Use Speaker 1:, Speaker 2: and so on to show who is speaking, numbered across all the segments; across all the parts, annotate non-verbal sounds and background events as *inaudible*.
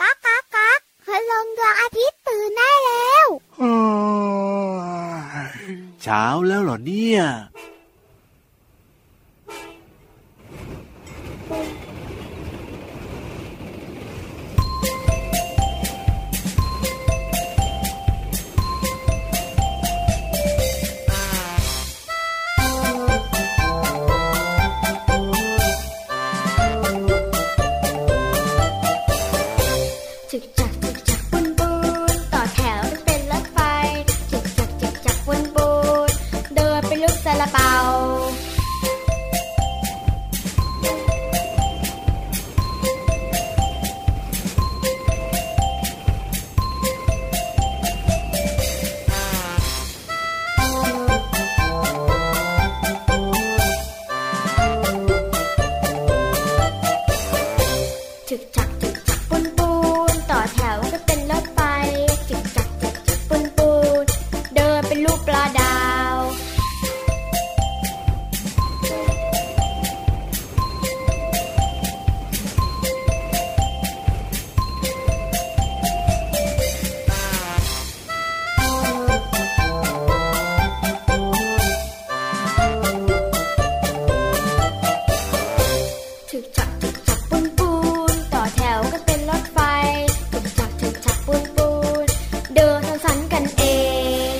Speaker 1: กักกักกักพลงดวงอาทิตย์ตื่นได้แล้ว
Speaker 2: เช้าแล้วเหรอเนี่ย
Speaker 3: จึกจักจึกจักบนบูนต่อแถวรถเป็นรถไฟจึกจักจึกจักบนบูนเดินเป็นลูกซาลาเปา จึกจักจึกจักปูนปูนต่อแถวก็เป็นรถไฟจึกจักจึกจักปูนปูนเดินเป็นรูปปลาดาว ถึกจักถึกจักปูนปูนต่อแถวก็เป็นรถไฟถึกจักถึกจักปูนปูนเดินสังสรรค์กันเอง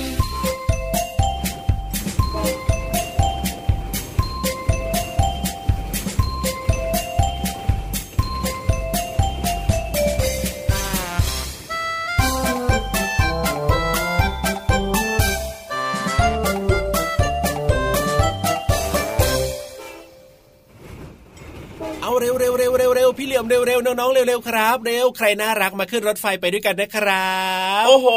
Speaker 4: เอาเร็วเร็วเร็วเร็วเร็วพี่เหลี่ยมเร็วเร็วน้องๆเร็วเร็วครับเร็วใครน่ารักมาขึ้นรถไฟไปด้วยกันนะครับ
Speaker 5: โอ้โห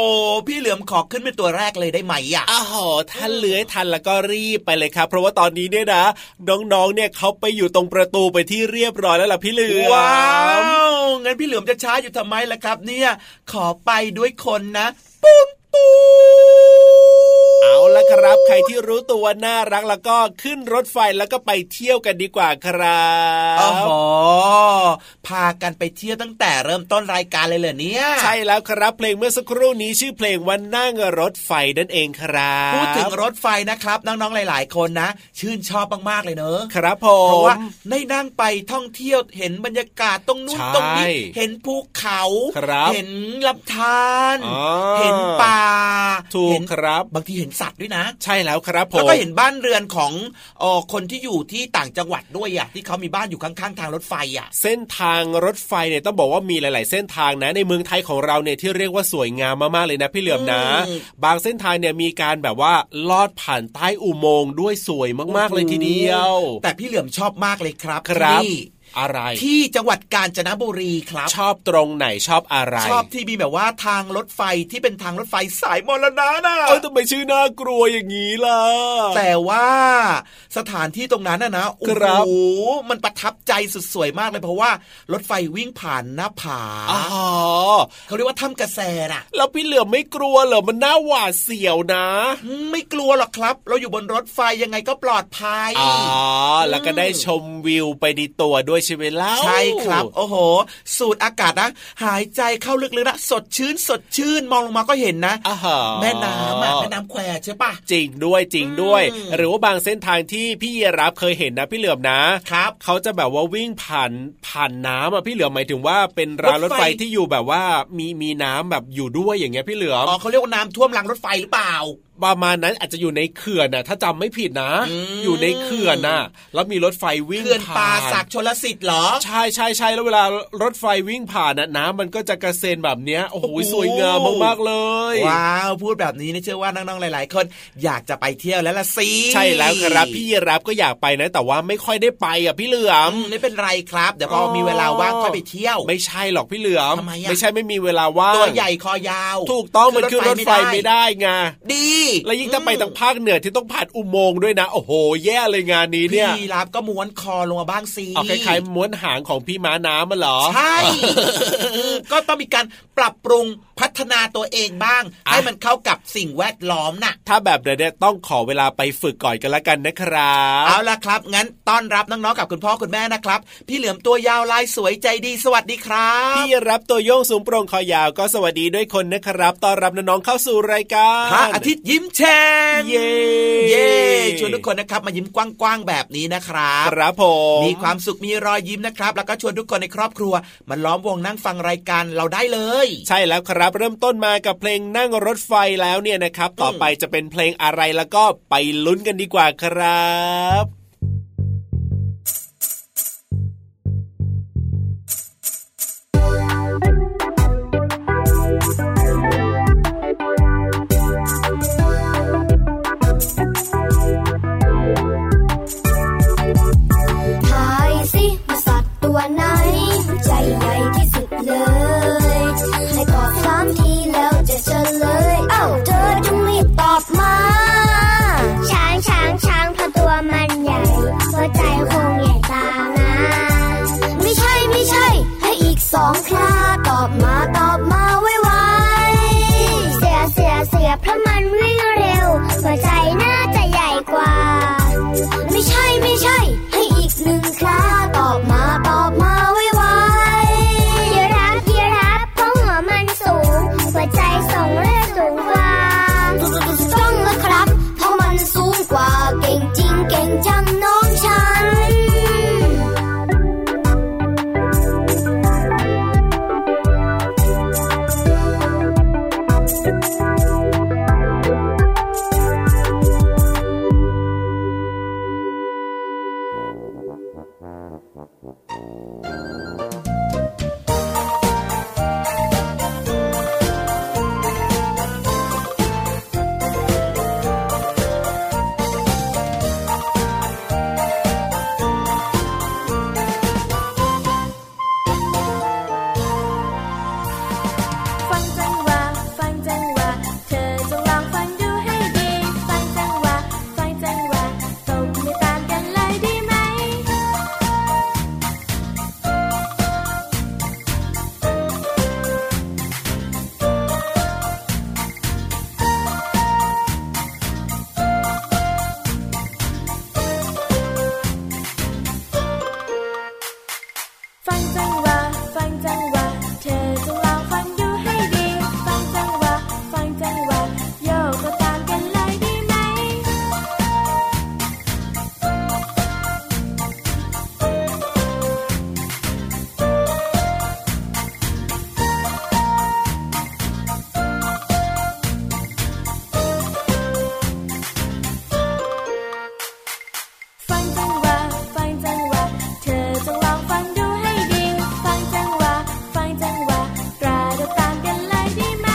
Speaker 5: พี่เหลือมขอขึ้นเป็นตัวแรกเลยได้ไหมอ่ะ
Speaker 4: อ้โหท่านเลื้อยทันแล้วก็รีบไปเลยครับ เพราะว่าตอนนี้เนี่ยนะน้องๆเนี่ยเขาไปอยู่ตรงประตูไปที่เรียบร้อยแล้วล่ะพี่เหลือม
Speaker 5: ว้าวงั้นพี่เหลือมจะช้าอยู่ทำไมล่ะครับ เนี่ย ขอไปด้วยคนนะ ปุ้มปู
Speaker 4: เอาละครับ ใครที่รู้ตัวน่ารักแล้วก็ขึ้นรถไฟแล้วก็ไปเที่ยวกันดีกว่าครั
Speaker 5: โอ้โห
Speaker 4: บ
Speaker 5: พากันไปเที่ยวตั้งแต่เริ่มต้นรายการเลยเหรอเนี่ย
Speaker 4: ใช่แล้วครับเพลงเมื่อสักครู่นี้ชื่อเพลงวันนั่งรถไฟนั่นเองครับ
Speaker 5: พูดถึงรถไฟนะครับ น้องๆหลาย ๆ คนนะ ชื่นชอบมากๆเลยเนอะ
Speaker 4: ครับผ
Speaker 5: เพราะ
Speaker 4: ม
Speaker 5: ว่าได้นั่งไปท่องเที่ยวเห็นบรรยากาศตรงนู้น
Speaker 4: ใช่
Speaker 5: ตรงนี้ เห็นภูเขา
Speaker 4: ครับ
Speaker 5: เห็นลำธาร
Speaker 4: อ๋อ
Speaker 5: เห็นป่า
Speaker 4: ถูก
Speaker 5: เห็น
Speaker 4: ครับ
Speaker 5: บางทีเห็นสัตว์ด้วยนะ
Speaker 4: ใช่แล้วครับผม
Speaker 5: แล้วก็เห็นบ้านเรือนของเออคนที่อยู่ที่ต่างจังหวัดด้วยอ่ะที่เขามีบ้านอยู่ข้างๆทางรถไฟอ่ะ
Speaker 4: เส้นทางรถไฟเนี่ยต้องบอกว่ามีหลาย ๆ เส้นทางนะในเมืองไทยของเราเนี่ยที่เรียกว่าสวยงามมาก ๆ เลยนะพี่เหลือมนะ
Speaker 5: อืม
Speaker 4: บางเส้นทางเนี่ยมีการแบบว่าลอดผ่านใต้อุโมงค์ด้วยสวยมาก ๆ เลยทีเดียว
Speaker 5: แต่พี่เหลือมชอบมากเลยครับ
Speaker 4: ครับ
Speaker 5: ที่
Speaker 4: อะไร
Speaker 5: ที่จังหวัดกาญจนบุรีครับ
Speaker 4: ชอบตรงไหนชอบอะไร
Speaker 5: ชอบที่มีแบบว่าทางรถไฟที่เป็นทางรถไฟสายมรณะนะ
Speaker 4: เออทำไมชื่อน่ากลัวอย่างนี้ล่ะ
Speaker 5: แต่ว่าสถานที่ตรงนั้นนะนะโอ้
Speaker 4: ค
Speaker 5: โห
Speaker 4: รับ
Speaker 5: มันประทับใจสุดสวยมากเลยเพราะว่ารถไฟวิ่งผ่านหน้าผา
Speaker 4: อ๋อ
Speaker 5: เขาเรียกว่าถ้ำกระแสน่ะ
Speaker 4: แล้วพี่เหลือมไม่กลัวเหรอมันน่าหวาดเสียวนะ
Speaker 5: ไม่กลัวหรอกครับ เราอยู่บนรถไฟยังไงก็ปลอดภัย
Speaker 4: อ๋อ แล้วก็ได้ชมวิวไปในตัวด้วยใช่ไหมเล่า
Speaker 5: ใช่ครับ โอ้โห สูดอากาศนะ หายใจเข้าลึกๆนะ สดชื่น สดชื่น มองลงมาก็เห็นนะ
Speaker 4: อ่าฮะ
Speaker 5: แม่น้ำอะแม่น้ำแควใช่ปะ
Speaker 4: จริงด้วยจริงด้วย
Speaker 5: อืม
Speaker 4: หรือว่าบางเส้นทางที่พี่ยีรับเคยเห็นนะ พี่เหลือมนะครับ เขาจะแบบว่าวิ่งผ่านผ่านน้ำอ่ะพี่เหลือมหมายถึงว่าเป็นรางร
Speaker 5: ร
Speaker 4: ถ
Speaker 5: ถ
Speaker 4: ไฟ
Speaker 5: ไฟ
Speaker 4: ที่อยู่แบบว่ามีมีน้ำแบบอยู่ด้วยอย่างเงี้ยพี่เหลือม
Speaker 5: อ๋อเขาเรียกว่าน้ำท่วมรางรถไฟหรือเปล่า
Speaker 4: ประมาณนั้นอาจจะอยู่ในเขื่อนนะถ้าจำไม่ผิดนะ
Speaker 5: อืม
Speaker 4: อยู่ในเขื่อนนะแล้วมีรถไฟวิ่ง
Speaker 5: เขื่อน
Speaker 4: ผ่าน
Speaker 5: ป่าศักชลสิทธิ์เหรอ
Speaker 4: ใช่ใช่ใช่แล้วเวลารถไฟวิ่งผ่านน่ะน้ำมันก็จะกระเซ็นแบบเนี้ยโอ้โห
Speaker 5: โอ้โห
Speaker 4: สวยงามมากๆเลย
Speaker 5: ว้าว พูดแบบนี้นี่เชื่อว่าน้องๆ หลาย ๆ คน อยากจะไปเที่ยวแล้วล่ะสิ
Speaker 4: ใช่แล้วครับพี่ยีรับก็อยากไปนะ แต่ว่าไม่ค่อยได้ไปอ่ะพี่เหลือ
Speaker 5: อื
Speaker 4: ม
Speaker 5: มไม่เป็นไรครับ เดี๋ยวพอมีเวลาว่างค่อยไปเที่ยว
Speaker 4: ไม่ใช่หรอกพี่เหลือม
Speaker 5: ทำไมอะ
Speaker 4: ใช่ไม่มีเวลาว่าง
Speaker 5: ตัวใหญ่คอ ยาว
Speaker 4: ถูกต้องมันคือรถไฟไม่ได้ไง
Speaker 5: ดี
Speaker 4: และยิ่งถ้าไปทางภาคเหนือที่ต้องผ่านอุโมงค์ด้วยนะ โอ้โห แย่เลยงานนี้
Speaker 5: พี่
Speaker 4: เนี่ย
Speaker 5: รับก็ม้วนคอลงมาบ้างสิ
Speaker 4: เอาคล้ายๆม้วนหางของพี่ม้าน้ำมาหรอ
Speaker 5: ใช่ *laughs* ก็ต้องมีการปรับปรุงพัฒนาตัวเองบ้าง
Speaker 4: อ่ะ
Speaker 5: ให้มันเข้ากับสิ่งแวดล้อมน่ะ
Speaker 4: ถ้าแบบเดี๋ยวเนี่ยต้องขอเวลาไปฝึกก่อนกันละกันนะครับ
Speaker 5: เอาล่ะครับ งั้นต้อนรับน้องๆกับคุณพ่อคุณแม่นะครับ พี่เหลือมตัวยาวลายสวยใจดีสวัสดีครับ
Speaker 4: พี่รับตัวโยงสูงโปร่งคอยาวก็สวัสดีด้วยคนนะครับต้อนรับน้องๆเข้าสู่รายการ
Speaker 5: พระอาทิตย์ยิ้มแฉ่ง
Speaker 4: เย่
Speaker 5: เย้ชวนทุกคนนะครับมายิ้มกว้างๆแบบนี้นะครับ
Speaker 4: ครับผม
Speaker 5: มีความสุขมีรอยยิ้มนะครับ แล้วก็ชวนทุกคนในครอบครัวมาล้อมวงนั่งฟังรายการเราได้เลย
Speaker 4: ใช่แล้วครับ เริ่มต้นมากับเพลงนั่งรถไฟแล้วเนี่ยนะครับ ต่อไปจะเป็นเพลงอะไรแล้วก็ไปลุ้นกันดีกว่าครับ
Speaker 3: ทายสิว่าสัตว์ตัวไหน ใจใหญ่ที่สุดเลยให้ตอบสามทีแล้วจะเฉลย เอ้าเธอจงรีบตอบมา ช้างช้างช้างเพราะตัวมันใหญ่หัวใจคงใหญ่ตามนะ ไม่ใช่ไม่ใช่ ให้อีกสองคราตอบมาตอบมาไวไวๆเสียเสียเสียเพราะมันวิ่งเร็ว หัวใจน่าจะใหญ่กว่า ไม่ใช่ไม่ใช่ ให้อีกหนึ่งคราตอบมาตอบมาไวไวๆยีราฟยีราฟเพราะหัวมันสูง หัวใจส่งเลือดสูงกว่าต้องละครับ เพราะมันสูงกว่า เก่งจริงเก่งจังน้องฉัน
Speaker 6: ฟังจังหวะ ฟังจังหวะ เธอจงลองฟังดูให้ดี ฟังจังหวะ ฟังจังหวะตบมือตามกันเลยดีไหม ฟังจังหวะ ฟังจังหวะ เธอจงลองฟังดูให้ดี ฟังจังหวะ ฟังจังหวะ โยกก็ตามกันเลยดีไหม ฟังจังหวะ ฟังจังหวะ เธอจงลองฟังดูให้ดี ฟังจังหวะ ฟังจังหวะกระโดดตามกันเลยได้ไหม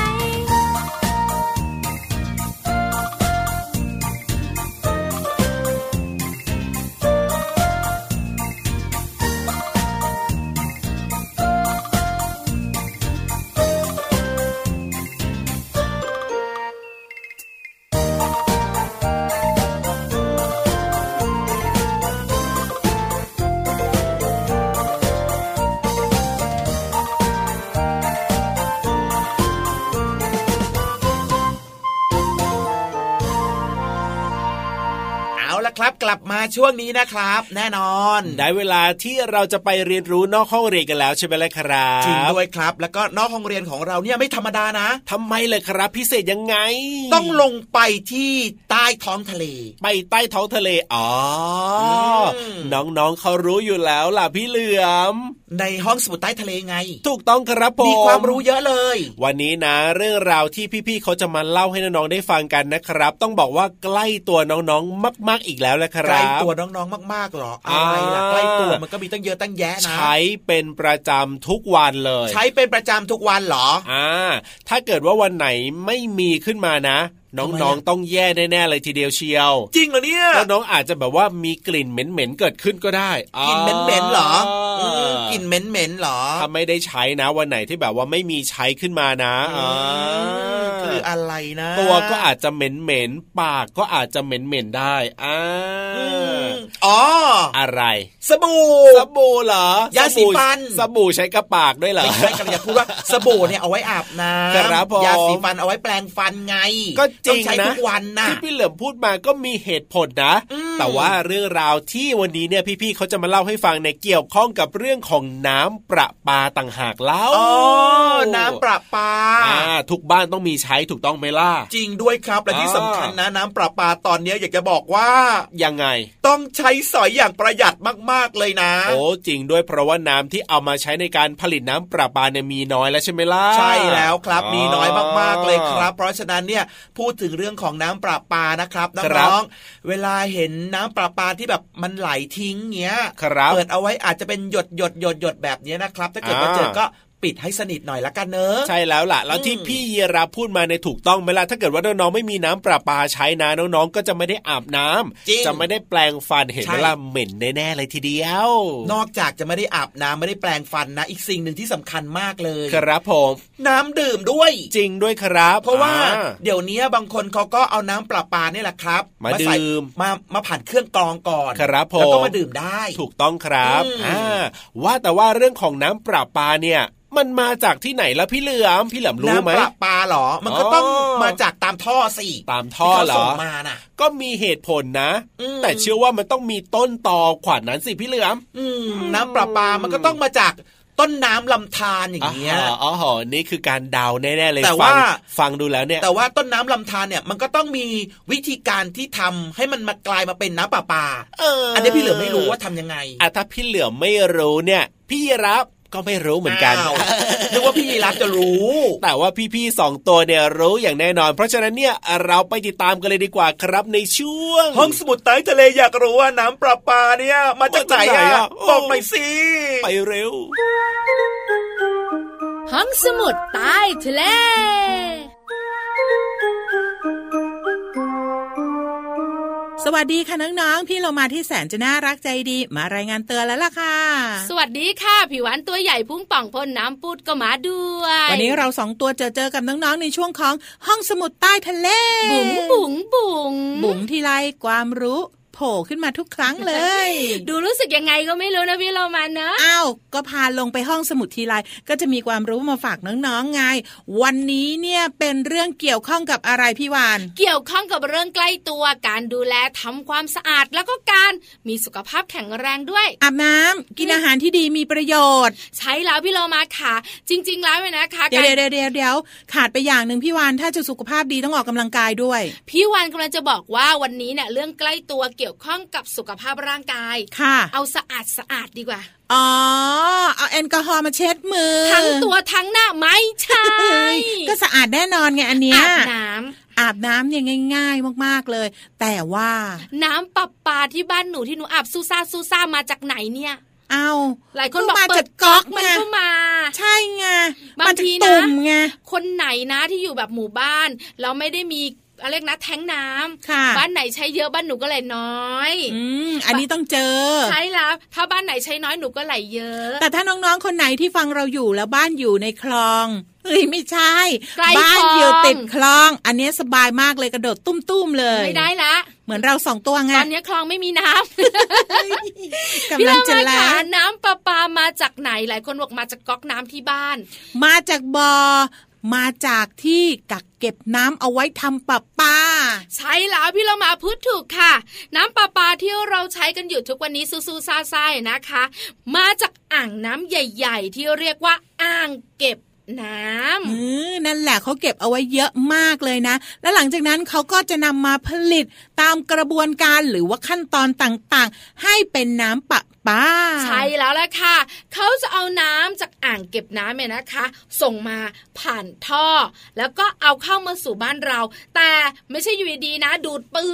Speaker 5: เอาละครับ กลับมาช่วงนี้นะครับ แน่นอน
Speaker 4: ได้เวลาที่เราจะไปเรียนรู้นอกห้องเรียนกันแล้วใช่ไหมล่ะครับ
Speaker 5: จริงด้วยครับ แล้วก็นอกห้องเรียนของเราเนี่ยไม่ธรรมดานะ
Speaker 4: ทำไมเลยครับ พิเศษยังไง
Speaker 5: ต้องลงไปที่ใต้ท้องทะเล
Speaker 4: ไปใต้ท้องทะเล อ๋ออ
Speaker 5: ม
Speaker 4: น้องๆเขารู้อยู่แล้วล่ะพี่เหลือม
Speaker 5: ในห้องสมุดใต้ทะเลไง
Speaker 4: ถูกต้องครับผม
Speaker 5: มีความรู้เยอะเลย
Speaker 4: วันนี้นะ เรื่องราวที่พี่ๆเขาจะมาเล่าให้น้องๆได้ฟังกันนะครับ ต้องบอกว่าใกล้ตัวน้องๆ มาก ๆอีกแล้วแหละค
Speaker 5: ใกล้
Speaker 4: รับ
Speaker 5: ตัวน้องๆมากๆหรออะไรล่ะ
Speaker 4: อ่า
Speaker 5: ใกล้ตัวมันก็มีตั้งเยอะตั้งแยะนะ
Speaker 4: ใช้เป็นประจำทุกวันเลย
Speaker 5: ใช้เป็นประจำทุกวันเหรอ
Speaker 4: อ่าถ้าเกิดว่าวันไหนไม่มีขึ้นมานะ น้องๆต้องแย่แน่ๆเลยทีเดียวเชียว
Speaker 5: จริงเหรอเนี่ย
Speaker 4: แล้วน้องอาจจะแบบว่ามีกลิ่นเหม็นๆเกิดขึ้นก็ได้
Speaker 5: กลิ่นเหม็นๆเหรออื
Speaker 4: าม
Speaker 5: กลิ่นเหม็นๆเหรอ
Speaker 4: ถ้าไม่ได้ใช้นะ วันไหนที่แบบว่าไม่มีใช้ขึ้นมานะอ่า
Speaker 5: อืม คืออะไรนะ
Speaker 4: ตัวก็อาจจะเหม็นเหม็นๆปากก็อาจจะเหม็นเหม็นๆได้อ่า
Speaker 5: อืมอ๋อ
Speaker 4: อะไร
Speaker 5: สบู่
Speaker 4: สบู่เหรอย
Speaker 5: าสีฟัน
Speaker 4: สบู่ใช้กับปากด้วยเหรอ
Speaker 5: ไม่ใช่กำลังจะพูดว่าสบู่เนี่ยเอาไว้อาบน้
Speaker 4: ครับผม
Speaker 5: ำยาสีฟันเอาไว้แปรงฟันไง
Speaker 4: ก็จริ
Speaker 5: ต้อง งใช้
Speaker 4: นะ
Speaker 5: ทุกวันนะ
Speaker 4: ที่พี่เหลิมพูดมาก็มีเหตุผลนะ
Speaker 5: อืม
Speaker 4: แต่ว่าเรื่องราวที่วันนี้เนี่ยพี่ๆเขาจะมาเล่าให้ฟังเนี่ยเกี่ยวข้องกับเรื่องของน้ำประปาต่างหากแล้ว
Speaker 5: อ๋อน้ำประปา
Speaker 4: อ่าทุกบ้านต้องมีใช้ถูกต้องไหมล่ะ
Speaker 5: จริงด้วยครับและที่
Speaker 4: อ่า
Speaker 5: สำคัญนะน้ำประปาตอนเนี้ยอยากจะบอกว่า
Speaker 4: ยังไง
Speaker 5: ต้องใช้สอยอย่างประหยัดมากๆเลยนะ
Speaker 4: โอ้จริงด้วยเพราะว่าน้ำที่เอามาใช้ในการผลิตน้ำประปาเนี่ยมีน้อยแล้วใช่ไหมล่ะ
Speaker 5: ใช่แล้วครับมีน้อยมากๆเลยครับ
Speaker 4: อ๋
Speaker 5: เพราะฉะนั้นเนี่ยพูดถึงเรื่องของน้ำประปานะครับน
Speaker 4: ครั้ บ
Speaker 5: องๆเวลาเห็นน้ำประปาที่แบบมันไหลทิ้งเงี้
Speaker 4: อ
Speaker 5: ย
Speaker 4: ครับ
Speaker 5: เปิดเอาไว้อาจจะเป็นหยดหยดหยดหยดแบบเนี้ยนะครับ ถ้าเกิดว่า
Speaker 4: อ่า
Speaker 5: เจอก็ปิดให้สนิทหน่อยละกันเนอะ
Speaker 4: *laughs* ใช่แล้วล่ะ แล้วที่
Speaker 5: อืม
Speaker 4: พี่ยีราฟพูดมาในยถูกต้องไหมล่ะ ถ้าเกิดว่าน้องๆไม่มีน้ำประปาใช้นะน้องๆก็จะไม่ได้อาบน้ำ
Speaker 5: จริง
Speaker 4: จะไม่ได้แปลงฟันเห็น
Speaker 5: ใช่
Speaker 4: เวลาเหม็นแน่ๆเลยทีเดียว
Speaker 5: นอกจากจะไม่ได้อาบน้ำไม่ได้แปรงฟันนะ อีกสิ่งหนึ่งที่สำคัญมากเลย
Speaker 4: ครับผม
Speaker 5: น้ำดื่มด้วย
Speaker 4: จริงด้วยครับ
Speaker 5: เพราะว่า
Speaker 4: อ่
Speaker 5: เดี๋ยวนี้บางคนเขาก็เอาน้ำประปาเนี่ยแหละครับ
Speaker 4: มา
Speaker 5: ใส่
Speaker 4: ดื่ม
Speaker 5: มามาผ่านเครื่องกรองก่อน
Speaker 4: ครับผม
Speaker 5: แล้วก็มาดื่มได้
Speaker 4: ถูกต้องครับ
Speaker 5: อืม
Speaker 4: อ่าว่าแต่ว่าเรื่องของน้ำประปาเนี่ย มันมาจากที่ไหนล่ะพี่เหลือมพี่เหลือมรู้ไหม
Speaker 5: น้ำประปาเหรอ มันก็
Speaker 4: อ๋อ
Speaker 5: ต้องมาจากตามท่อสิ
Speaker 4: ตามท่อ
Speaker 5: ที่
Speaker 4: เหรอ
Speaker 5: เขาส่งมาน่ะ
Speaker 4: ก็มีเหตุผลนะ
Speaker 5: อืม
Speaker 4: แต่เชื่อว่ามันต้องมีต้นตอขวานนั้นสิพี่เหลือม
Speaker 5: อืมน้ำประปามันก็ต้องมาจากต้นน้ำลำธารอย่างเงี้ย
Speaker 4: อ๋ออ๋อหอนี่คือการเดาแน่ๆเลย
Speaker 5: แต่
Speaker 4: ฟัง
Speaker 5: ว่า
Speaker 4: ฟังดูแล้วเนี่ย
Speaker 5: แต่ว่าต้นน้ำลำธารเนี่ยมันก็ต้องมีวิธีการที่ทำให้มันมากลายมาเป็นน้ำประปา
Speaker 4: เอออั
Speaker 5: อันนี้พี่เหลือไม่รู้ว่าทำยังไง
Speaker 4: อ่ะถ้าพี่เหลือไม่รู้เนี่ย พี่รับก็ไม่รู้เหมือนกัน
Speaker 5: *laughs* าวนึกว่าพี่ยีรับจะรู้
Speaker 4: แต่ว่าพี่ๆสองตัวเนี่ยรู้อย่างแน่นอน เพราะฉะนั้นเนี่ยเราไปติดตามกันเลยดีกว่าครับในช่วง
Speaker 5: ห้องสมุดใต้ทะเลอยากรู้ว่าน้ำประปาเนี่ยมาจากไหน
Speaker 4: มาจากไหน
Speaker 5: อะ
Speaker 4: อะ
Speaker 5: บอกหน่อยสิ
Speaker 4: ไปเร็ว
Speaker 6: ห้องสมุดใต้ทะเล
Speaker 7: สวัสดีค่ะน้องๆ พี่เรามาที่แสนจะน่ารักใจดีมารายงานเตือนแล้วล่ะค่ะ
Speaker 8: สวัสดีค่ะผิวหวานตัวใหญ่พุ่งป่องพ่นน้ำปูดก็มาด้วย
Speaker 7: วันนี้เราสองตัวเจอเจอกับน้องๆ ในช่วงของห้องสมุดใต้ทะเล
Speaker 8: บุ๋งบุ๋งบุ๋ง
Speaker 7: บุ๋งทีไรความรู้โผล่ขึ้นมาทุกครั้งเลย
Speaker 8: ดูรู้สึกยังไงก็ไม่รู้นะพี่เรามานะ
Speaker 7: อ้าวก็พาลงไปห้องสมุดทีไรก็จะมีความรู้มาฝากน้องๆไง วันนี้เนี่ยเป็นเรื่องเกี่ยวข้องกับอะไรพี่วาน
Speaker 8: เกี่ยวข้องกับเรื่องใกล้ตัวการดูแลทำความสะอาดแล้วก็การมีสุขภาพแข็งแรงด้วย
Speaker 7: อาบน้ำกินอาหารที่ดีมีประโยชน์
Speaker 8: ใช้แล้วพี่เรามาค่ะ จริง ๆ แล้วเนี่ยนะคะ
Speaker 7: เดี๋ย
Speaker 8: กาว ร
Speaker 7: เดี๋ยวเดี๋ยวเดี๋ยวขาดไปอย่างหนึ่งพี่วานถ้าจะสุขภาพดีต้องออกกำลังกายด้วย
Speaker 8: พี่วานกำลังจะบอกว่าวันนี้เนี่ยเรื่องใกล้ตัวเกี่ยวข้องกับสุขภาพร่างกาย
Speaker 7: ค่ะ
Speaker 8: เอาสะอาดสะอาดดีกว่า
Speaker 7: อ๋อ เอาแอลกอฮอล์มาเช็ดมือ
Speaker 8: ทั้งตัวทั้งหน้าไม่ใช่
Speaker 7: เอ้ยก็สะอาดแน่นอนไงอันเนี้ย
Speaker 8: อาบน้ำ
Speaker 7: อาบน้ำเนี่ยง่าย ๆ มากๆเลย แต่ว่า
Speaker 8: น้ำประปาที่บ้านหนูที่หนูอาบซูซ่าซูซ่ามาจากไหนเนี่ย
Speaker 7: เอา
Speaker 8: หลายคนบอก
Speaker 7: ก็มา
Speaker 8: เปิ
Speaker 7: จาก
Speaker 8: ด
Speaker 7: ก๊อก
Speaker 8: มั
Speaker 7: ไง
Speaker 8: นก็มา
Speaker 7: ใช่ไง
Speaker 8: บาง
Speaker 7: มาจาก
Speaker 8: ทีนะ
Speaker 7: ตุ่มไง
Speaker 8: คนไหนนะที่อยู่แบบหมู่บ้านแล้วไม่ได้มีอะไรเรียกนะแท้งน้ำ
Speaker 7: ค่ะ
Speaker 8: บ้านไหนใช้เยอะบ้านหนูก็ไหลน้อย
Speaker 7: อืมอันนี้ต้องเจอ
Speaker 8: ใช่แล้วถ้าบ้านไหนใช้น้อยหนูก็ไหลเยอะ
Speaker 7: แต่ถ้าน้องๆ คนไหนที่ฟังเราอยู่แล้วบ้านอยู่ในคลองเอ้ยไม่ใช่
Speaker 8: ใกล้
Speaker 7: บ้าน
Speaker 8: คลอง
Speaker 7: อยู่ติดคลอง อันเนี้ยสบายมากเลยกระโดดตุ้มๆเลย
Speaker 8: ไม่ได้ละ
Speaker 7: เหมือนเราสองตัวไง
Speaker 8: ตอนนี้คลองไม่มีน้ำพี่
Speaker 7: กำลัง
Speaker 8: เรา
Speaker 7: จะ
Speaker 8: มา
Speaker 7: แล้
Speaker 8: ค่ะ
Speaker 7: ว
Speaker 8: น้ำประปามาจากไหนหลายคนบอกมาจากก๊อกน้ำที่บ้าน
Speaker 7: มาจากบอ่อมาจากที่กักเก็บน้ำเอาไว้ทำปะปา
Speaker 8: ใช่แล้วพี่เรามาพูดถูกค่ะ น้ำประปาที่เราใช้กันอยู่ทุกวันนี้ซูซูซาซาๆนะคะ มาจากอ่างน้ำใหญ่ ๆ ที่เรียกว่าอ่างเก็บน้
Speaker 7: เออนั่นแหละเขาเก็บเอาไว้เยอะมากเลยนะ แล้วหลังจากนั้นเขาก็จะนำมาผลิตตามกระบวนการหรือว่าขั้นตอนต่างๆ ให้เป็นน้ำปะปา
Speaker 8: ำใช่แล้วละค่ะ เขาจะเอาน้ำจากอ่างเก็บน้ำเนี่ยนะคะ ส่งมาผ่านท่อ แล้วก็เอาเข้ามาสู่บ้านเรา แต่ไม่ใช่อยู่ดีๆนะ ดูดปื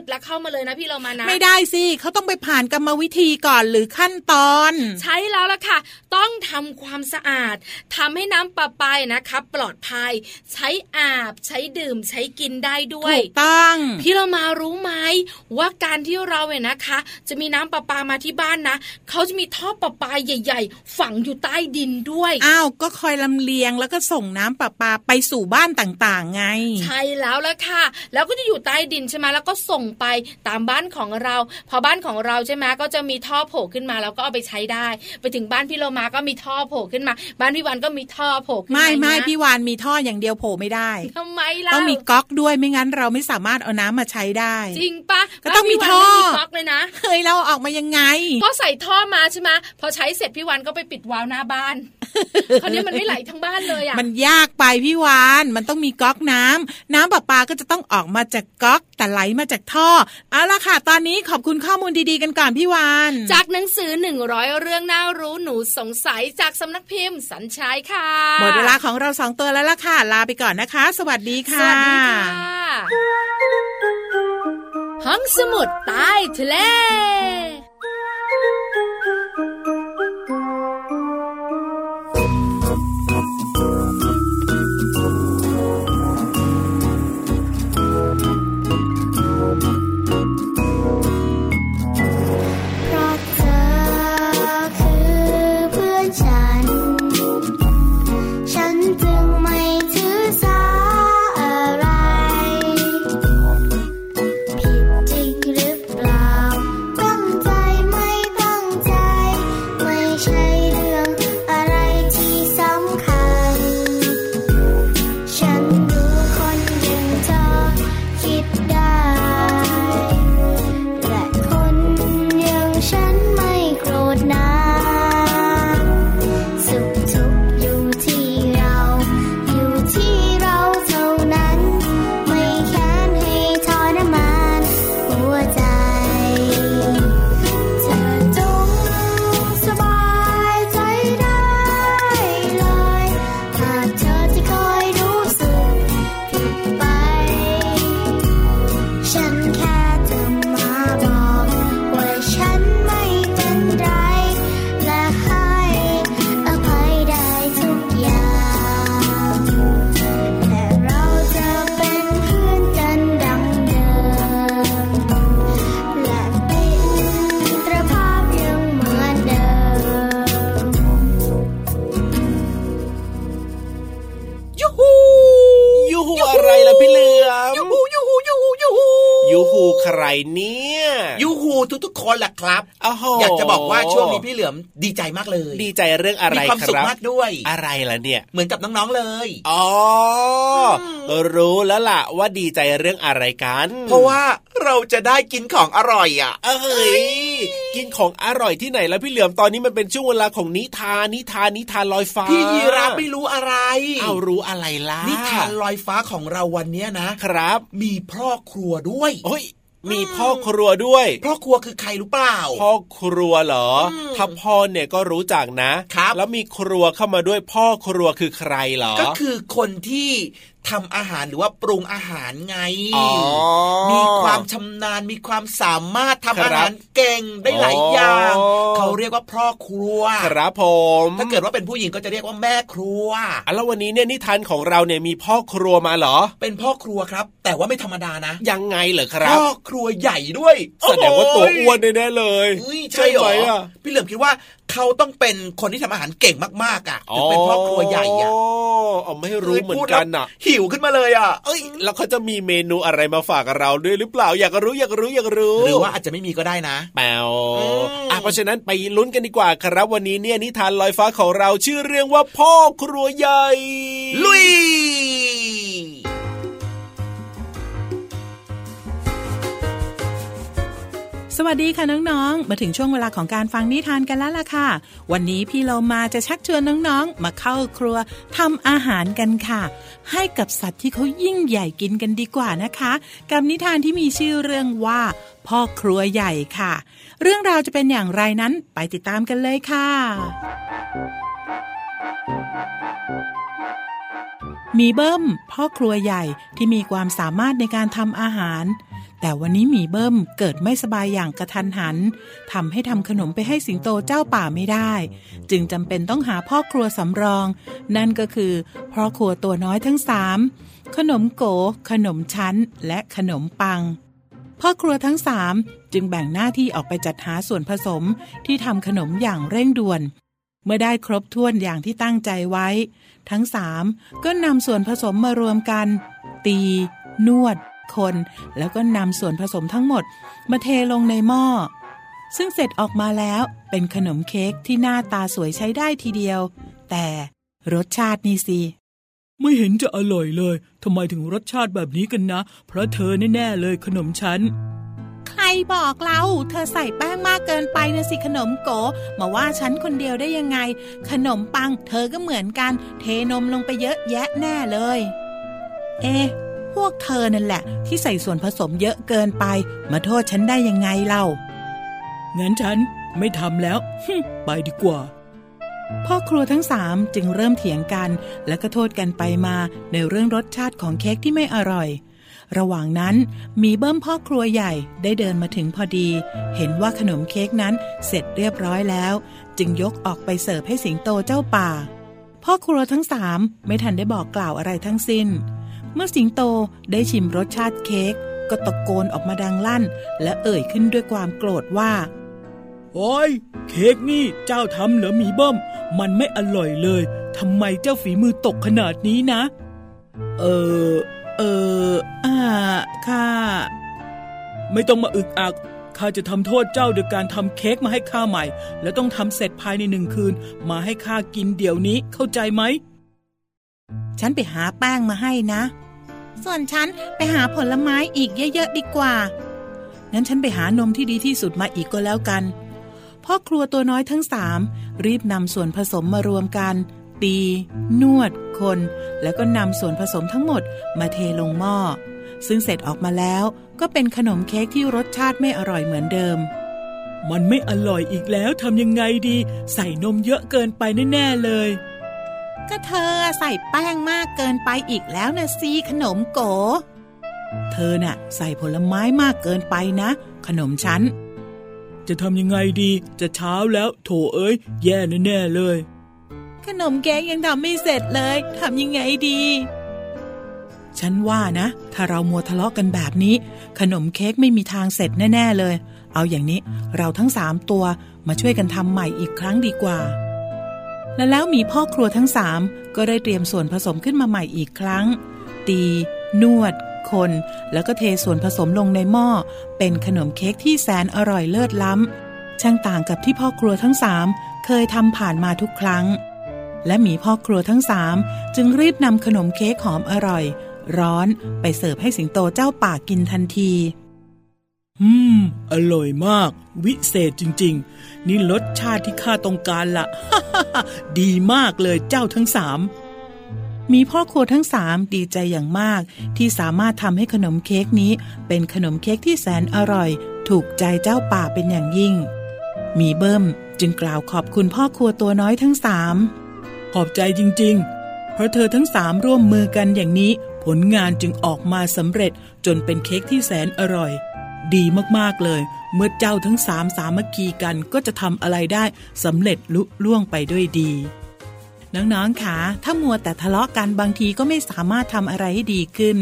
Speaker 8: ดแล้วเข้ามาเลยนะพี่เรามานะ
Speaker 7: ไม่ได้สิเขาต้องไปผ่านกรรมวิธีก่อนหรือขั้นตอน
Speaker 8: ใช้แล้วล่ะค่ะ ต้องทำความสะอาดทำให้น้ำประปายนะคะ ปลอดภัย ใช้อาบ ใช้ดื่ม ใช้กินได้ด้วย
Speaker 7: ถูกต้อง
Speaker 8: พี่เรามารู้ไหมว่าการที่เราเนี่ยนะคะ จะมีน้ำประปามาที่บ้านนะ เขาจะมีท่อประปาใหญ่ ๆ ฝังอยู่ใต้ดินด้วย
Speaker 7: อ้าว ก็คอยลำเลียงแล้วก็ส่งน้ำประปาไปสู่บ้านต่างๆ ไง
Speaker 8: ใช่แล้วละค่ะ แล้วก็จะอยู่ใต้ดินใช่ไหมแล้วก็ส่งไปตามบ้านของเรา พอบ้านของเราใช่ไหมก็จะมีท่อโผล่ขึ้นมาแล้วก็เอาไปใช้ได้ ไปถึงบ้านพี่โลมาก็มีท่อโผล่ขึ้นมา บ้านพี่วันก็มีท่อโผล่ขึ้นมา
Speaker 7: ไม่ไม่
Speaker 8: นะ
Speaker 7: พี่วานมีท่ออย่างเดียวโผล่ไม่ได้
Speaker 8: ทำไมล่ะ
Speaker 7: ต้องมีก๊อกด้วยไม่งั้นเราไม่สามารถเอาน้ำมาใช้ได้
Speaker 8: จริงปะ
Speaker 7: ก็ต้องมี
Speaker 8: บ้าน
Speaker 7: ท่อ
Speaker 8: พี่วันไม่มีก๊อกเลยนะ
Speaker 7: เฮ้ยเราเอาออกมายังไง
Speaker 8: ก็ใส่ท่อมาใช่ไหมพอใช้เสร็จพี่วันก็ไปปิดวาล์วหน้า
Speaker 7: *laughs*
Speaker 8: บ้าน คราวนี้มันไม่ไหลทั้งบ้านเลยอ่ะ
Speaker 7: มันยากไปพี่วานมันต้องมีก๊อกน้ำน้ำประปาก็จะต้องออกมาจากก๊อกแต่ไหลมาจากท่อเอาละค่ะ ตอนนี้ขอบคุณข้อมูลดีๆกันก่อนพี่วาน
Speaker 8: จากหนังสือ100เรื่องน่ารู้หนูสงสัยจากสำนักพิมพ์สัญชัยค่ะ
Speaker 7: หมดเวลาของเราสองตัวแล้วล่ะค่ะ ลาไปก่อนนะคะ สวัสดีค่ะ
Speaker 8: สวัสดีค่ะ ห้องสมุดใต้ทะเล
Speaker 3: เพราะเธอคือเพื่อนฉัน ฉันจึงไม่ถือสาอะไร ผิดจริงหรือเปล่า ตั้งใจไม่ตั้งใจ ไม่ใช่เรื่องอะไรที่สำคัญ ฉันดูคนอย่างเธอคิดได้ และคนอย่างฉันไม่โกรธนะสุขทุกข์อยู่ที่เรา อยู่ที่เราเท่านั้น ไม่แค้นให้ทรมานหัวใจ เธอจงสบายใจได้เลยหากเธอจะคอยรู้สึกผิดไป ฉันแค่จะมาบอกว่าฉันไม่เป็นไร และให้อภัยได้ทุกอย่าง แต่เราจะเป็นเพื่อนกันดังเดิม และเป็นมิตรภาพยังเหมือนเดิม
Speaker 5: ยูฮูยูฮูอะไรล่ะพี่เหลือมยูฮูยูฮูยูฮูยูฮู
Speaker 4: ยูฮูใครเนี่ย
Speaker 5: ยูฮูทุกๆคนแหละครับ
Speaker 4: อ้โห
Speaker 5: อยากจะบอกว่าช่วงนี้พี่เหลือมดีใจมากเลย
Speaker 4: ดีใจเรื่องอะไร
Speaker 5: มีความ
Speaker 4: ค
Speaker 5: สุข
Speaker 4: รับ
Speaker 5: มากด้วย
Speaker 4: อะไรล่ะเนี่ย
Speaker 5: เหมือนกับน้องๆเลย
Speaker 4: อ๋ออรู้แล้วล่ะว่าดีใจเรื่องอะไรกัน
Speaker 5: เพราะว่าเราจะได้กินของอร่อยอ่ะ
Speaker 4: เอ้ยกินของอร่อยที่ไหนแล้วพี่เหลือมตอนนี้มันเป็นช่วงเวลาของนิทานนิทานนิทานลอยฟ้า
Speaker 5: พี่ยีราฟไม่รู้อะไร
Speaker 4: เอารู้อะไรล่ะ
Speaker 5: นิทานลอยฟ้าของเราวันเนี้ยนะ
Speaker 4: ครับ
Speaker 5: มีพ่อครัวด้วย
Speaker 4: โอ้ยมีพ่อครัวด้วย
Speaker 5: พ่อครัวคือใครรู้เปล่า
Speaker 4: พ่อครัวเหรออถ้าพ่อเนี่ยก็รู้จักนะครับ แล้วมีครัวเข้ามาด้วยพ่อครัวคือใครเหรอ
Speaker 5: ก็คือคนที่ทำอาหารหรือว่าปรุงอาหารไง
Speaker 4: อ๋อ
Speaker 5: มีความชำนาญมีความสามารถทำ
Speaker 4: ครับ
Speaker 5: อาหารเก่งได้หลาย
Speaker 4: อ๋ออ
Speaker 5: อย่าง เขาเรียกว่าพ่อครัว
Speaker 4: ครับผม
Speaker 5: ถ้าเกิดว่าเป็นผู้หญิงก็จะเรียกว่าแม่ครัว
Speaker 4: อ่ะแล้ววันนี้เนี่ยนิทานของเราเนี่ยมีพ่อครัวมาเหรอ
Speaker 5: เป็นพ่อครัวครับ แต่ว่าไม่ธรรมดานะ
Speaker 4: ยังไงเหรอครับ
Speaker 5: พ่อครัวใหญ่ด้วย
Speaker 4: แสดงว่าตัวอ้วน
Speaker 5: โย
Speaker 4: แน่ๆเลย
Speaker 5: เฮ้ยใช่เหร
Speaker 4: ไหม
Speaker 5: อ
Speaker 4: อ่ะ
Speaker 5: พี่เหลิมคิดว่าเขาต้องเป็นคนที่ทำอาหารเก่งมากๆอ่ะถึงเป็นพ่อครัวใหญ่อ่ะ
Speaker 4: อ๋อไม่รู้เหมือนกันอ่ะ
Speaker 5: เฮ้ยพูดแล้วหิวขึ้นมาเลยอ่ะ
Speaker 4: เอ้ย แล้วเขาจะมีเมนูอะไรมาฝากเราด้วยหรือเปล่าอยากรู้อยากรู้อยากรู้
Speaker 5: หรือว่าอาจจะไม่มีก็ได้นะ
Speaker 4: แปลว
Speaker 5: อืม
Speaker 4: อ่ะเพราะฉะนั้นไปลุ้นกันดีกว่าครับวันนี้เนี่ยนิทานลอยฟ้าของเราชื่อเรื่องว่าพ่อครัวใหญ่
Speaker 5: ลุย
Speaker 7: สวัสดีค่ะน้องๆ มาถึงช่วงเวลาของการฟังนิทานกันแล้วล่ะค่ะ วันนี้พี่เรามาจะชักชวนน้องๆ มาเข้าครัวทำอาหารกันค่ะ ให้กับสัตว์ที่เขายิ่งใหญ่กินกันดีกว่านะคะ กับนิทานที่มีชื่อเรื่องว่า พ่อครัวใหญ่ค่ะ เรื่องราวจะเป็นอย่างไรนั้นไปติดตามกันเลยค่ะ มีเบิ้มพ่อครัวใหญ่ที่มีความสามารถในการทำอาหาร แต่วันนี้หมีเบิ้มเกิดไม่สบายอย่างกระทันหันทำให้ทำขนมไปให้สิงโตเจ้าป่าไม่ได้ จึงจำเป็นต้องหาพ่อครัวสำรอง นั่นก็คือพ่อครัวตัวน้อยทั้งสามขนมโก ขนมชั้น และขนมปัง พ่อครัวทั้งสาม จึงแบ่งหน้าที่ออกไปจัดหาส่วนผสมที่ทำขนมอย่างเร่งด่วน เมื่อได้ครบถ้วนอย่างที่ตั้งใจไว้ ทั้งสามก็นำส่วนผสมมารวมกัน ตี นวด คน แล้วก็นำส่วนผสมทั้งหมด มาเทลงในหม้อ ซึ่งเสร็จออกมาแล้วเป็นขนมเค้กที่หน้าตาสวยใช้ได้ทีเดียว แต่รสชาตินี่สิ
Speaker 9: ไม่เห็นจะอร่อยเลย ทำไมถึงรสชาติแบบนี้กันนะ เพราะเธอแน่ๆเลยขนมฉัน
Speaker 7: ใครบอกเราเธอใส่แป้งมากเกินไปนะสิขนมโก มาว่าฉันคนเดียวได้ยังไง ขนมปังเธอก็เหมือนกัน เทนมลงไปเยอะแยะแน่เลย เอ๊ะพวกเธอนั่นแหละ ที่ใส่ส่วนผสมเยอะเกินไป มาโทษฉันได้ยังไงเล่า
Speaker 9: งั้นฉันไม่ทำแล้ว ไปดีกว่า
Speaker 7: พ่อครัวทั้งสามจึงเริ่มเถียงกัน และก็โทษกันไปมาในเรื่องรสชาติของเค้กที่ไม่อร่อย ระหว่างนั้นมีเบิ้มพ่อครัวใหญ่ได้เดินมาถึงพอดี เห็นว่าขนมเค้กนั้นเสร็จเรียบร้อยแล้ว จึงยกออกไปเสิร์ฟให้สิงโตเจ้าป่า พ่อครัวทั้งสามไม่ทันได้บอกกล่าวอะไรทั้งสิ้น เมื่อสิงโตได้ชิมรสชาติเค้กก็ตะโกนออกมาดังลั่น และเอ่ยขึ้นด้วยความโกรธว่า
Speaker 9: โอ้ย เค้กนี่เจ้าทำเหรอหมีเบิ้ม มันไม่อร่อยเลย ทำไมเจ้าฝีมือตกขนาดนี้นะ
Speaker 7: เออ เออ อ่า ค่ะ
Speaker 9: ไม่ต้องมาอึกอัก ข้าจะทำโทษเจ้าโดยการทำเค้กมาให้ข้าใหม่ และต้องทำเสร็จภายในหนึ่งคืน มาให้ข้ากินเดี๋ยวนี้ เข้าใจไหม
Speaker 7: ฉันไปหาแป้งมาให้นะ ส่วนฉันไปหาผลไม้อีกเยอะๆดีกว่า งั้นฉันไปหานมที่ดีที่สุดมาอีกก็แล้วกัน พ่อครัวตัวน้อยทั้งสามรีบนำส่วนผสมมารวมกัน ตี นวด คน แล้วก็นำส่วนผสมทั้งหมดมาเทลงหม้อ ซึ่งเสร็จออกมาแล้วก็เป็นขนมเค้กที่รสชาติไม่อร่อยเหมือนเดิม
Speaker 9: มันไม่อร่อยอีกแล้วทำยังไงดี ใส่นมเยอะเกินไปแน่ๆเลย
Speaker 7: ก็เธอใส่แป้งมากเกินไปอีกแล้วนะซีขนมโก เธอน่ะ ใส่ผลไม้มากเกินไปนะ ขนมฉัน
Speaker 9: จะทำยังไงดี จะเช้าแล้วโถเอ้ย แย่แน่ๆเลย
Speaker 7: ขนมเค้กยังทำไม่เสร็จเลยทำยังไงดี ฉันว่านะ ถ้าเรามัวทะเลาะกันแบบนี้ ขนมเค้กไม่มีทางเสร็จแน่ ๆ เลย เอาอย่างนี้เราทั้งสามตัวมาช่วยกันทำใหม่อีกครั้งดีกว่า และแล้วหมีพ่อครัวทั้งสามก็ได้เตรียมส่วนผสมขึ้นมาใหม่อีกครั้ง ตี นวด คน แล้วก็เทส่วนผสมลงในหม้อ เป็นขนมเค้กที่แสนอร่อยเลิศล้ำช่างต่างกับที่พ่อครัวทั้งสามเคยทำผ่านมาทุกครั้ง และหมีพ่อครัวทั้งสามจึงรีบนำขนมเค้กหอมอร่อย ร้อนไปเสิร์ฟให้สิงโตเจ้าป่ากินทันที
Speaker 9: อืม อร่อยมาก วิเศษจริง ๆ นี่รสชาติที่ข้าต้องการละ *laughs* ดีมากเลยเจ้าทั้งสาม
Speaker 7: มีพ่อครัวทั้งสามดีใจอย่างมาก ที่สามารถทำให้ขนมเค้กนี้ เป็นขนมเค้กที่แสนอร่อย ถูกใจเจ้าป่าเป็นอย่างยิ่งหมีเบิ้มจึงกล่าวขอบคุณพ่อครัวตัวน้อยทั้งสาม
Speaker 9: ขอบใจจริง ๆ เพราะเธอทั้งสามร่วมมือกันอย่างนี้ ผลงานจึงออกมาสำเร็จจนเป็นเค้กที่แสนอร่อย ดีมากๆเลย เมื่อเจ้าทั้งสามสามัคคีกันก็จะทำอะไรได้สำเร็จลุล่วงไปด้วยดี
Speaker 7: น้องๆคะถ้ามัวแต่ทะเลาะกันบางทีก็ไม่สามารถทำอะไรให้ดีขึ้น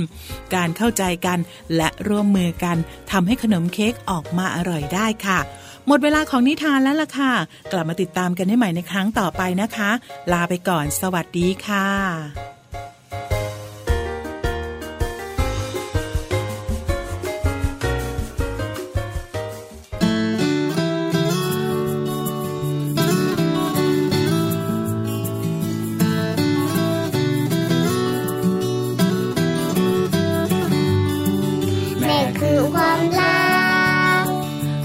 Speaker 7: การเข้าใจกันและร่วมมือกันทำให้ขนมเค้กออกมาอร่อยได้ค่ะ หมดเวลาของนิทานแล้วล่ะค่ะ กลับมาติดตามกันได้ใหม่ในครั้งต่อไปนะคะ ลาไปก่อน สวัสดีค่ะ
Speaker 1: แม่คือความรัก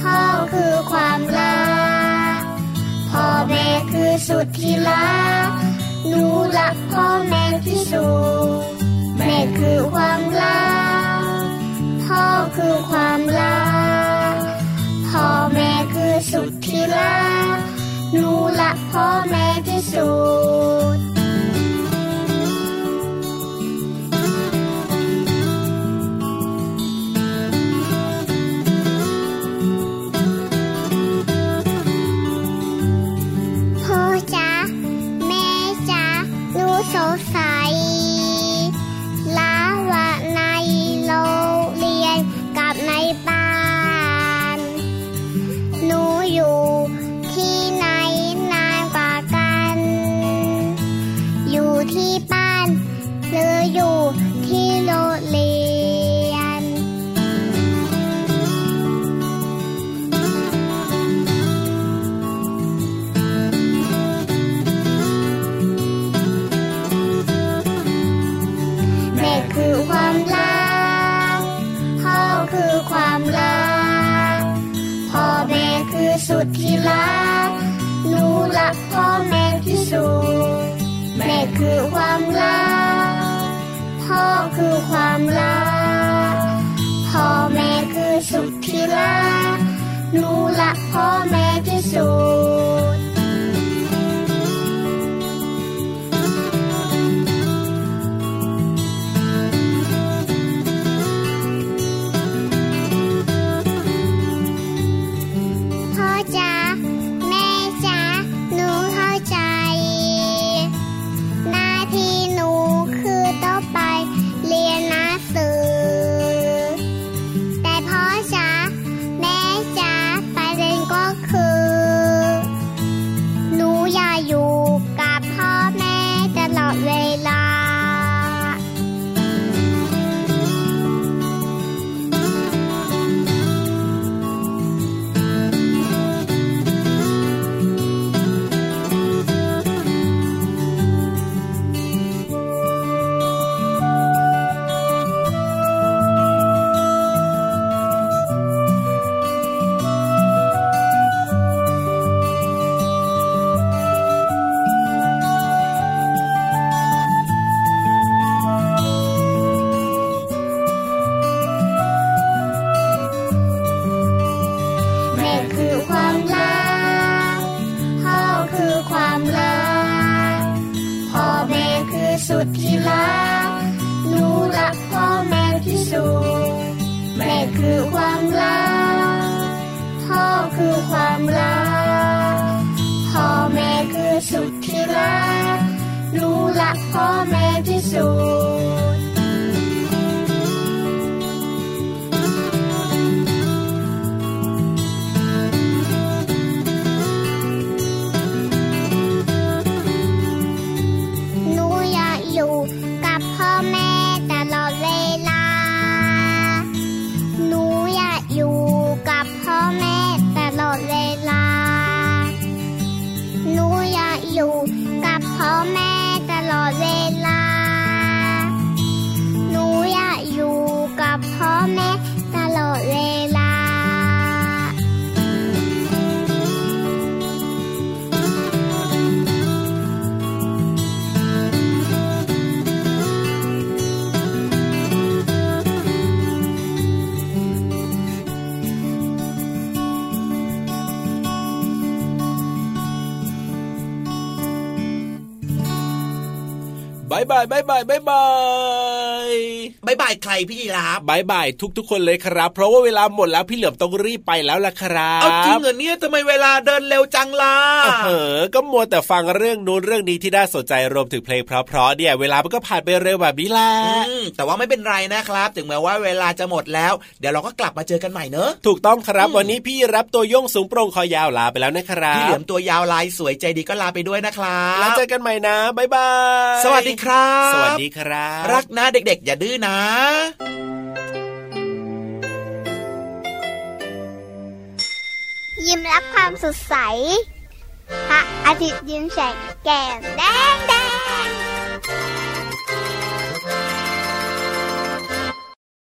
Speaker 1: พ่อคือความรัก พ่อแม่คือสุดที่รัก หนูรักพ่อแม่ที่สุด แม่คือความรัก พ่อคือความรัก พ่อแม่คือสุดที่รัก หนูรักพ่อแม่ที่สุด พ่อจ๊ะแม่จ๊ะหนูสงสัยล้าว่าในโรงเรียนกับในบ้าน หรืออยู่ที่โรงเรียน แม่คือความรัก พ่อคือความรัก พ่อแม่คือสุดที่รัก หนูรักพ่อแม่ที่สุด แม่คือความรัก พ่อคือความรัก พ่อแม่คือสุดที่รัก หนูรักพ่อแม่ที่สุด พ่อจ๋าแม่จ๋าหนูเข้าใจ หน้าที่หนูคือต้องไปเรียนหนังสือ แต่พ่อจ๋าแม่จ๋าประเด็นก็คือ หนูอยากอยู่กับพ่อแม่ตลอดเวลา แม่คือความรัก พ่อคือความรัก พ่อแม่คือสุดที่รัก หนูรักพ่อแม่ที่สุด แม่คือความรัก พ่อคือความรัก พ่อแม่คือสุดที่รัก หนูรักพ่อแม่ที่สุด หนูอยากอยู่กับพ่อแม่ตลอดเวลา หนูอยากอยู่กับพ่อแม่ตลอดเวลา หนูอยากอยู่กับพ่อแม่ตลอดเวลา หนูอยากอยู่กับพ่อแม่ตลอดเวลา
Speaker 4: บายบายบายบายบายบาย
Speaker 5: บายบายใครพี่ยีราฟ
Speaker 4: บายบายทุกๆคนเลยครับ เพราะว่าเวลาหมดแล้วพี่เหลือมต้องรีบไปแล้วล่ะครับ
Speaker 5: เอาจริงเหรอเนี่ยทำไมเวลาเดินเร็วจังล่ะ
Speaker 4: เออก็มัวแต่ฟังเรื่องนู้นเรื่องนี้ที่น่าสนใจรวมถึงเพลงเพราะๆเนี่ยเวลามันก็ผ่านไปเร็วแบบนี้แหละ
Speaker 5: อืมแต่ว่าไม่เป็นไรนะครับ ถึงแม้ว่าเวลาจะหมดแล้ว เดี๋ยวเราก็กลับมาเจอกันใหม่เนอะ
Speaker 4: ถูกต้องครับวันนี้พี่รับตัวโยงสูงโปร่งคอยาวลาไปแล้วนะครั
Speaker 5: พี่เหลื
Speaker 4: บ
Speaker 5: อมตัวยาวลายสวยใจดีก็ลาไปด้วยนะครั
Speaker 4: แล้ว
Speaker 5: บ
Speaker 4: เจอกันใหม่นะบายบาย
Speaker 5: สวัสดีครับ
Speaker 4: สวัสดีครับ
Speaker 5: รักนะเด็กๆ อย่าดื้อนะ
Speaker 1: ยิ้มรับความสดใส พระอาทิตย์ยิ้มแฉกแก้มแดงแด